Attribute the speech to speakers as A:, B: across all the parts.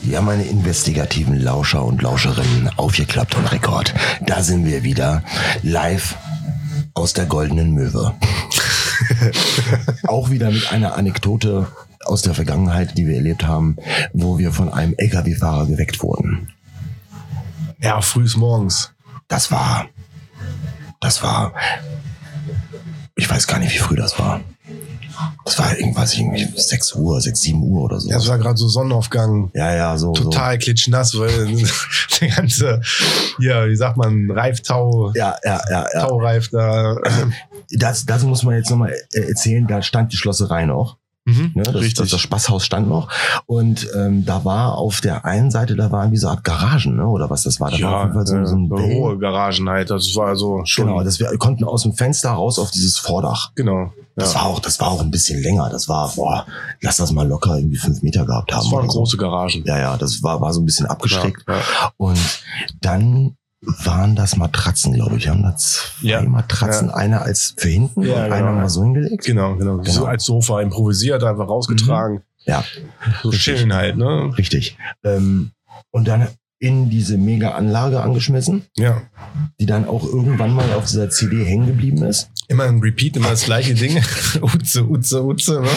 A: wieder meine investigativen Lauscher und Lauscherinnen aufgeklappt und Rekord. Da sind wir wieder live aus der goldenen Möwe. Auch wieder mit einer Anekdote aus der Vergangenheit, die wir erlebt haben, wo wir von einem LKW-Fahrer geweckt wurden.
B: Ja, frühs morgens.
A: Das war, das war, ich weiß gar nicht, wie früh das war. Das war irgendwas, irgendwie 6 Uhr, 6, 7 Uhr oder so.
B: Ja, es war gerade so Sonnenaufgang.
A: Ja, ja, so.
B: Total klitschnass, weil der ganze, ja, wie sagt man, Reiftau,
A: So. Ja, ja, ja, ja.
B: Taureif da.
A: Das, das muss man jetzt nochmal erzählen. Da stand die Schlosserei noch.
B: Mhm,
A: Ne? Das, Das, das Spaßhaus stand noch. Und ähm, da war auf der einen Seite, da waren diese Art Garagen, ne? oder was das war. Da war auf
B: ja,
A: jeden Fall so, so ein
B: äh,
A: Bell.
B: hohe Garagen halt. Das war also schon.
A: Genau, das, wir konnten aus dem Fenster raus auf dieses Vordach.
B: genau.
A: Das
B: ja.
A: war auch, das war auch ein bisschen länger. Das war, boah, lass das mal locker irgendwie fünf Meter gehabt haben.
B: das waren
A: oder so.
B: große Garagen.
A: Ja, ja, das war, war so ein bisschen abgesteckt.
B: Ja, ja.
A: Und dann waren das Matratzen, glaube ich. Wir haben da zwei
B: Ja.
A: Matratzen, einer als für hinten
B: Ja,
A: und
B: genau,
A: einer mal
B: ja.
A: so hingelegt.
B: Genau, genau. So als Sofa improvisiert, einfach rausgetragen.
A: Mhm. Ja,
B: So
A: Richtig.
B: chillen halt, ne?
A: richtig. Ähm, und dann in diese Mega-Anlage angeschmissen,
B: Ja.
A: die dann auch irgendwann mal auf dieser CD hängen geblieben ist.
B: Immer ein Repeat, immer das gleiche Ding. Uze, Uze, Uze. Ne?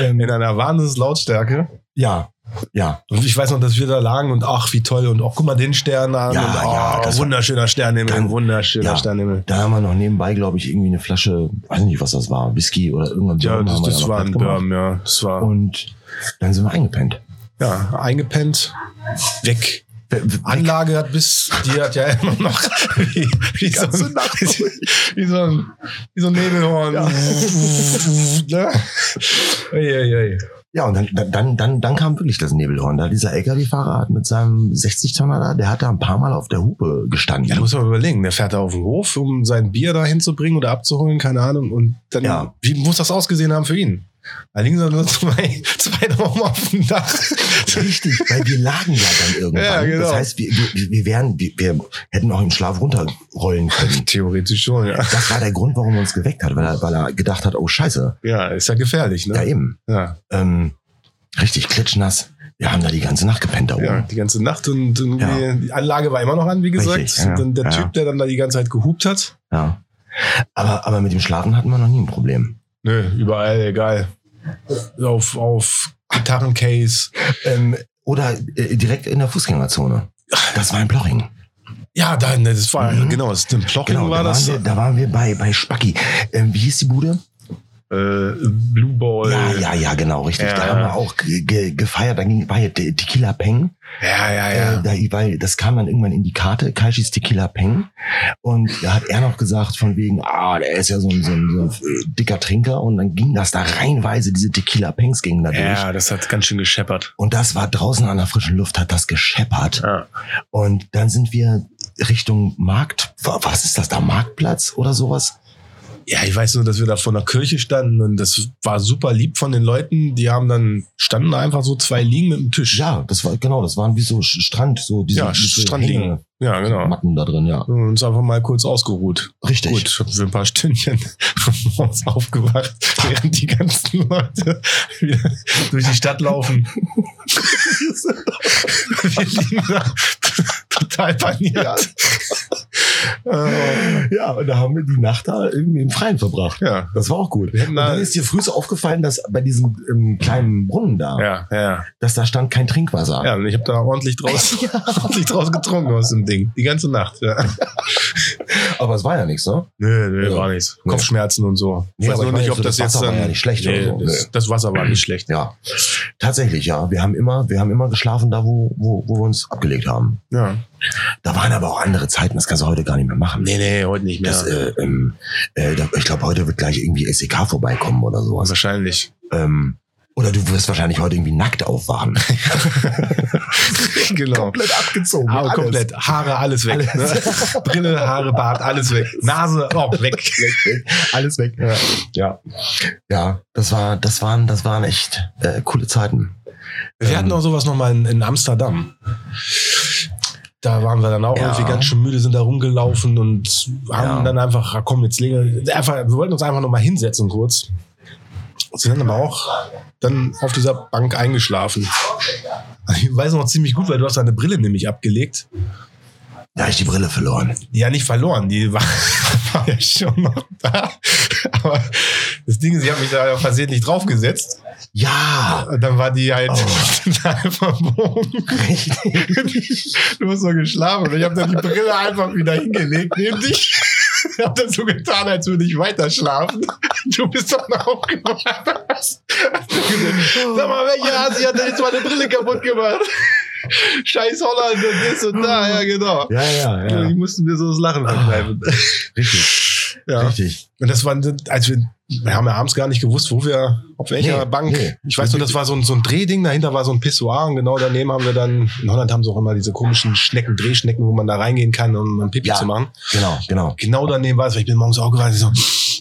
A: Ähm.
B: In einer Wahnsinns-Lautstärke.
A: Ja, ja,
B: Und ich weiß noch, dass wir da lagen und ach, wie toll. Und auch, guck mal den Stern an.
A: Ja,
B: und, oh,
A: ja, das war-
B: wunderschöner Sternenhimmel,
A: Dann-
B: wunderschöner
A: ja.
B: Sternenhimmel.
A: da haben wir noch nebenbei, glaube ich, irgendwie eine Flasche, weiß nicht, was das war, Whisky oder irgendein
B: Ja,
A: Birnen
B: das,
A: haben wir
B: das
A: noch
B: war
A: platt
B: ein
A: gemacht.
B: Birm, ja. Das war
A: Und dann sind wir eingepennt.
B: ja, eingepennt, weg. Anlage hat bis, die hat ja immer noch wie, wie, so,
A: ganze
B: ein, wie, so, ein, wie so ein Nebelhorn. Ne? Ui, ui, ui.
A: Ja, und dann, dann, dann, dann kam wirklich das Nebelhorn. Da dieser LKW-Fahrer hat mit seinem 60-Tonner da, der hat da ein paar Mal auf der Hupe gestanden.
B: Ja, da muss man überlegen, der fährt da auf den Hof, um sein Bier da hinzubringen oder abzuholen, keine Ahnung. Und dann,
A: Ja.
B: wie muss das ausgesehen haben für ihn? Da liegen dann nur zwei, zwei Daumen auf dem Dach.
A: Richtig, weil wir lagen ja dann irgendwann.
B: Ja, genau.
A: Das heißt, wir, wir, wir, wären, wir, wir hätten auch im Schlaf runterrollen können.
B: Theoretisch schon, ja.
A: Das war der Grund, warum er uns geweckt hat, weil er, weil er gedacht hat, oh scheiße,
B: Ja, ist ja gefährlich,
A: ja
B: ne?
A: eben.
B: Ja,
A: Ähm, richtig klitschnass. Wir haben da die ganze Nacht gepennt da oben.
B: ja die ganze Nacht und irgendwie, die Anlage war immer noch an, wie gesagt.
A: Richtig, ja,
B: und dann der
A: ja.
B: Typ, der dann da die ganze Zeit gehupt hat.
A: Ja. Aber, aber mit dem Schlafen hatten wir noch nie ein Problem.
B: Nö, überall, egal. Auf, auf Gitarrencase.
A: Ähm, oder äh, direkt in der Fußgängerzone. Das war in Blochingen.
B: Ja, dann, das war,
A: Mhm.
B: genau, das stimmt. Ploching
A: Genau,
B: war
A: da,
B: das.
A: waren wir, da waren wir bei, bei Spacki. Ähm, wie hieß die Bude?
B: Äh, Blue Ball.
A: Ja, ja, ja, genau, richtig.
B: Ja,
A: da
B: ja.
A: haben wir auch ge ge gefeiert. Dann ging, war ja Te- Tequila Peng.
B: ja, ja. ja.
A: Äh, da, weil das kam dann irgendwann in die Karte, Kaishis Tequila Peng. Und da hat er noch gesagt, von wegen, ah, der ist ja so ein, so ein, so ein äh, dicker Trinker. Und dann ging das da reinweise, diese Tequila Pengs gingen da durch.
B: Ja, das hat ganz schön gescheppert.
A: Und das war draußen an der frischen Luft, hat das gescheppert.
B: Ja.
A: Und dann sind wir Richtung Markt, wa- was ist das da, Marktplatz oder sowas?
B: ja, ich weiß nur, dass wir da vor einer Kirche standen und das war super lieb von den Leuten. Die haben dann, standen da einfach so zwei Liegen mit dem Tisch.
A: Ja, das war genau, das waren wie so Sch- Strand, so diese,
B: Ja,
A: diese
B: Strandliegen.
A: Hänge-
B: Ja, genau.
A: Matten da drin, ja.
B: Und uns einfach mal kurz ausgeruht.
A: Richtig.
B: Gut, haben wir ein paar Stündchen morgens aufgewacht, während die ganzen Leute wieder durch die Stadt laufen. wir liegen da total paniert. Äh,
A: Ja, und da haben wir die Nacht da irgendwie im Freien verbracht.
B: Ja.
A: Das war auch gut.
B: Wir hätten
A: Und
B: da-
A: dann ist dir früh so aufgefallen, dass bei diesem ähm, kleinen Brunnen da,
B: Ja, ja.
A: dass da stand kein Trinkwasser.
B: Ja, und ich habe da ordentlich draus, ordentlich draus getrunken aus dem Ding. Die ganze Nacht. Ja.
A: Aber es war ja nichts, ne?
B: Nö, nö,
A: Ja.
B: war nichts.
A: Nee.
B: Kopfschmerzen und so.
A: Nee, aber ich meine so, das Wasser war ja nicht schlecht
B: Nee,
A: oder so.
B: das,
A: Nee.
B: das Wasser war nicht schlecht.
A: Ja. Tatsächlich, ja. Wir haben immer, wir haben immer geschlafen da, wo, wo, wo wir uns abgelegt haben.
B: Ja.
A: Da waren aber auch andere Zeiten, das kannst du heute gar nicht mehr machen.
B: Nee, nee, heute nicht mehr.
A: Das, äh, ähm, äh, da- ich glaube, heute wird gleich irgendwie SEK vorbeikommen oder sowas.
B: Wahrscheinlich.
A: Ähm, oder du wirst wahrscheinlich heute irgendwie nackt aufwachen.
B: genau.
A: abgezogen.
B: Aber
A: alles.
B: komplett. Haare, alles weg. Ne? Brille, Haare, Bart, alles weg. Nase, auch weg.
A: Alles weg. Ja. ja. Ja, das war, das waren, das waren echt äh, coole Zeiten. Ähm,
B: Wir hatten auch sowas nochmal in, in Amsterdam. Da waren wir dann auch
A: Ja.
B: irgendwie ganz schön müde, sind da rumgelaufen und haben
A: Ja.
B: dann einfach, ah, komm, jetzt legen wir- einfach, wir wollten uns einfach nochmal hinsetzen kurz. Sind dann aber auch dann auf dieser Bank eingeschlafen. Also Ich weiß noch ziemlich gut, weil du hast deine Brille nämlich abgelegt.
A: Da hab ich die Brille verloren.
B: Ja, nicht verloren, die war, war ja schon noch da. Aber das Ding ist, ich habe mich da versehentlich draufgesetzt.
A: Ja,
B: Und dann war die halt
A: Oh.
B: total verbogen.
A: richtig.
B: Du hast so geschlafen. Und ich habe dann die Brille einfach wieder hingelegt neben dich. Ich habe dann so getan, als würde ich weiter schlafen. Du bist dann aufgewacht. Hast gesagt, Sag mal, welcher Asi hat denn jetzt meine Brille kaputt gemacht? Scheiß Holland und das und da. Ja, genau.
A: Ja, ja, ja.
B: Die mussten mir so das Lachen verkneifen.
A: Richtig,
B: Ja.
A: richtig.
B: Und das war, als wir, wir haben ja abends gar nicht gewusst, wo wir, auf welcher
A: Nee,
B: Bank.
A: nee.
B: Ich weiß nur, das war so ein, so ein Drehding, dahinter war so ein Pissoir und genau daneben haben wir dann, in Holland haben sie auch immer diese komischen Schnecken, Drehschnecken, wo man da reingehen kann, um ein Pipi
A: Ja.
B: zu machen.
A: Genau, genau.
B: Genau daneben war es, weil ich bin morgens auch gewartet, so,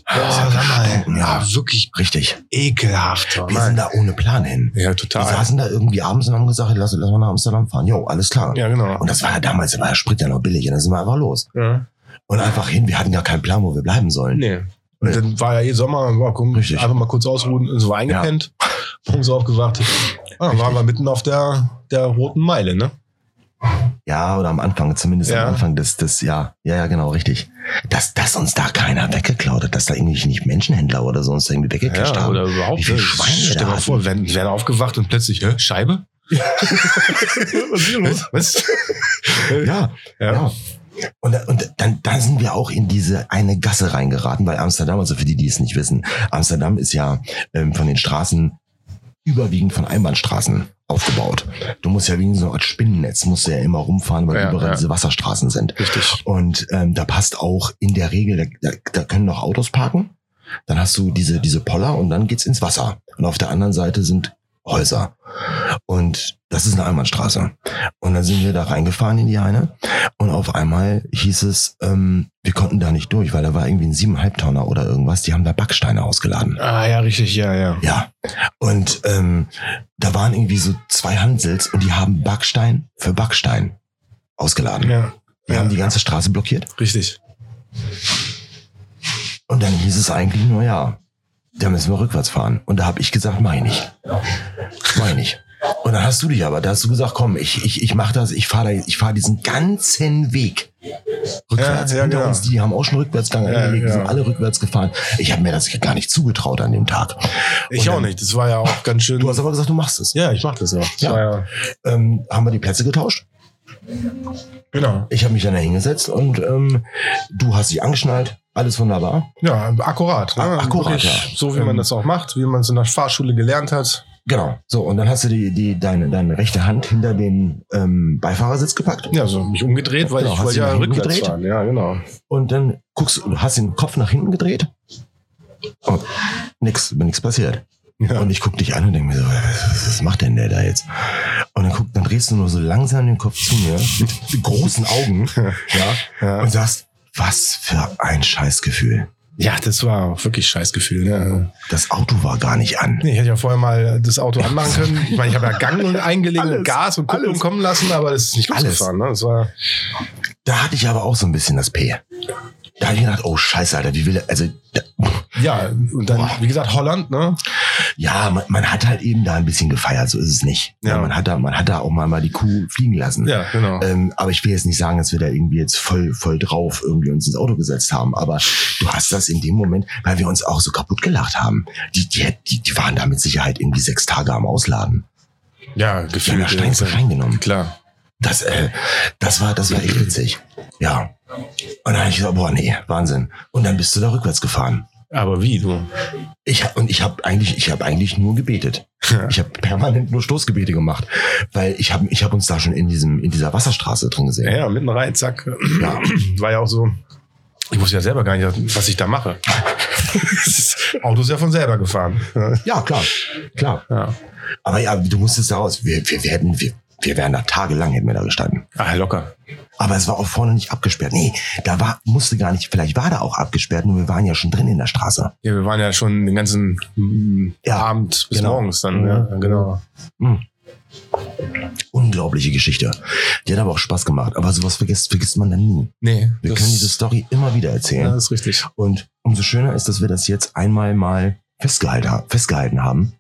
A: Ja,
B: ja, sag mal,
A: ja.
B: ja, wirklich
A: Richtig.
B: ekelhaft.
A: Wir sind da ohne Plan hin.
B: ja,
A: Wir
B: total.
A: saßen da irgendwie abends und haben gesagt, lass, lass mal nach Amsterdam fahren. Jo, alles klar.
B: Ja, genau.
A: Und das war ja damals, da war ja Sprit ja noch billig. Und dann sind wir einfach los.
B: Ja.
A: Und einfach hin, wir hatten ja keinen Plan, wo wir bleiben sollen.
B: Nee. Und dann war ja eh Sommer, boah, komm,
A: Richtig.
B: einfach mal kurz ausruhen, und so war eingepennt, morgens aufgewacht. Ah, dann waren wir mitten auf der, der roten Meile, ne?
A: Ja, oder am Anfang, zumindest
B: Ja.
A: am Anfang des, des, ja, ja, ja, genau, richtig. Dass, dass uns da keiner weggeklaut hat, dass da irgendwie nicht Menschenhändler oder sonst irgendwie weggecasht
B: Ja,
A: haben.
B: oder überhaupt.
A: Wie viel
B: ne?
A: Schweine
B: Stell
A: da
B: dir mal
A: hatten.
B: vor, werden, werden aufgewacht und plötzlich, hä, Scheibe? Was ist hier los? Was?
A: Ja,
B: Ja.
A: ja. Und, da- und dann, dann sind wir auch in diese eine Gasse reingeraten, weil Amsterdam, also für die, die es nicht wissen, Amsterdam ist ja ähm, von den Straßen überwiegend von Einbahnstraßen aufgebaut. Du musst ja wie so ein Art Spinnennetz, musst du ja immer rumfahren, weil
B: Ja,
A: überall
B: ja.
A: diese Wasserstraßen sind.
B: Richtig.
A: Und ähm, da passt auch in der Regel, da, da, da können noch Autos parken. Dann hast du diese, diese Poller und dann geht's ins Wasser. Und auf der anderen Seite sind Häuser. Und das ist eine Einbahnstraße. Und dann sind wir da reingefahren in die eine. Und auf einmal hieß es, ähm, wir konnten da nicht durch, weil da war irgendwie ein Siebenhalbtonner oder irgendwas. Die haben da Backsteine ausgeladen.
B: Ah, ja, richtig, ja, ja.
A: Ja. Und ähm, da waren irgendwie so zwei Hansels und die haben Backstein für Backstein ausgeladen.
B: Ja,
A: Wir
B: Ja.
A: haben die ganze Straße blockiert.
B: richtig.
A: Und dann hieß es eigentlich nur, ja, da müssen wir rückwärts fahren. Und da habe ich gesagt, mach ich nicht. Mach ich nicht. Und dann hast du dich aber, da hast du gesagt, komm, ich, ich, ich mach das, ich fahre ich fahr diesen ganzen Weg rückwärts.
B: Ja, ja,
A: Hinter
B: genau.
A: uns, die haben auch schon Rückwärtsgang
B: Ja,
A: angelegt, die sind
B: ja.
A: alle rückwärts gefahren. Ich habe mir das gar nicht zugetraut an dem Tag.
B: Ich
A: Und
B: auch
A: dann-
B: nicht. Das war ja auch ganz schön.
A: Du hast aber gesagt, du machst es.
B: ja, ich mach das auch.
A: Ja.
B: Ja, ja.
A: Ähm, haben wir die Plätze getauscht?
B: Genau.
A: Ich habe mich dann da hingesetzt und ähm, du hast dich angeschnallt. Alles wunderbar.
B: Ja, akkurat. Ne?
A: Ak- Ah, akkurat,
B: Wirklich
A: ja.
B: So wie
A: Ähm,
B: man das auch macht, wie man es in der Fahrschule gelernt hat.
A: Genau. So, und dann hast du die, die, deine, deine rechte Hand hinter den ähm, Beifahrersitz gepackt.
B: Ja, so mich umgedreht, weil
A: Genau,
B: ich
A: hast
B: wollte
A: du
B: ja
A: nach hinten
B: rückwärts
A: gedreht?
B: fahren. Ja, genau.
A: Und dann guckst du, hast den Kopf nach hinten gedreht. Und nix, mir nix passiert.
B: Ja.
A: Und ich guck dich an und denk mir so, was, was macht denn der da jetzt? Und dann guck, dann drehst du nur so langsam den Kopf zu mir mit, mit großen Augen ja,
B: Ja.
A: und sagst, was für ein Scheißgefühl.
B: ja, das war auch wirklich Scheißgefühl. Ne?
A: Das Auto war gar nicht an.
B: Nee, ich hätte ja vorher mal das Auto anmachen können. Ich meine, ich habe ja Gang und eingelegt und
A: Alles,
B: Gas und Kupplung
A: alles.
B: kommen lassen, aber das ist nicht
A: Alles.
B: losgefahren. Ne? Das war,
A: Da hatte ich aber auch so ein bisschen das P. Da hab ich gedacht, oh Scheiße, Alter, wie will er, also, da,
B: ja, und dann,
A: Boah.
B: wie gesagt, Holland, ne?
A: ja, man, man hat halt eben da ein bisschen gefeiert, so ist es nicht. Ja.
B: Ja.
A: man hat da, man hat da auch mal, mal die Kuh fliegen lassen.
B: Ja, genau.
A: Ähm, aber ich will jetzt nicht sagen, dass wir da irgendwie jetzt voll, voll drauf irgendwie uns ins Auto gesetzt haben. Aber du hast das in dem Moment, weil wir uns auch so kaputt gelacht haben. Die, die, die, die waren da mit Sicherheit irgendwie sechs Tage am Ausladen.
B: ja,
A: Die haben
B: Gefühl.
A: da Steins reingenommen.
B: Klar.
A: Das, äh, das war, das war echt witzig. Ja. Und dann habe ich gesagt, boah, nee, Wahnsinn. Und dann bist du da rückwärts gefahren.
B: Aber wie, du?
A: Ich, hab- und ich habe eigentlich, ich habe eigentlich nur gebetet.
B: Ja.
A: Ich habe permanent nur Stoßgebete gemacht, weil ich habe, ich habe uns da schon in diesem, in dieser Wasserstraße drin gesehen.
B: Ja, ja, mitten rein, zack. War ja auch so. Ich wusste ja selber gar nicht, was ich da mache. Auto ist ja von selber gefahren.
A: ja klar, klar.
B: Ja.
A: Aber ja, du musstest da raus. Wir, wir werden, wir, wir wären da tagelang hätten wir da gestanden.
B: Ah, locker.
A: Aber es war auch vorne nicht abgesperrt. Nee, da war, musste gar nicht, vielleicht war da auch abgesperrt, nur wir waren ja schon drin in der Straße.
B: Ja, wir waren ja schon den ganzen mm,
A: Ja,
B: Abend bis
A: genau.
B: morgens dann. Ja, genau.
A: Hm. Unglaubliche Geschichte. Die hat aber auch Spaß gemacht. Aber sowas vergisst, vergisst man dann nie.
B: Nee,
A: Wir
B: das-
A: können diese Story immer wieder erzählen.
B: Ja, das ist richtig.
A: Und umso schöner ist, dass wir das jetzt einmal mal festgehalten, ha- festgehalten haben.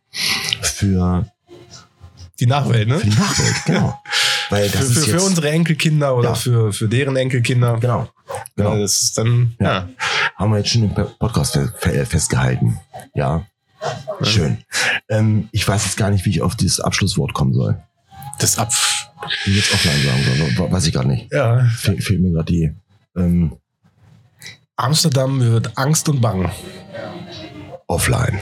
A: Für
B: die Nachwelt, ne?
A: Für die Nachwelt, genau. Weil
B: Für,
A: das
B: für,
A: ist jetzt,
B: für unsere Enkelkinder oder
A: Ja.
B: für, für deren Enkelkinder.
A: Genau.
B: Ja,
A: genau.
B: das ist dann, ja.
A: Ja. Haben wir jetzt schon im Podcast fe- fe- festgehalten. Ja. Schön. Ähm, ich weiß jetzt gar nicht, wie ich auf dieses Abschlusswort kommen soll.
B: Das ab.
A: Wie ich jetzt offline sagen soll, we- weiß ich gar nicht.
B: Ja.
A: Fe fehlt mir gerade die. Ähm,
B: Amsterdam wird Angst und Bangen.
A: offline.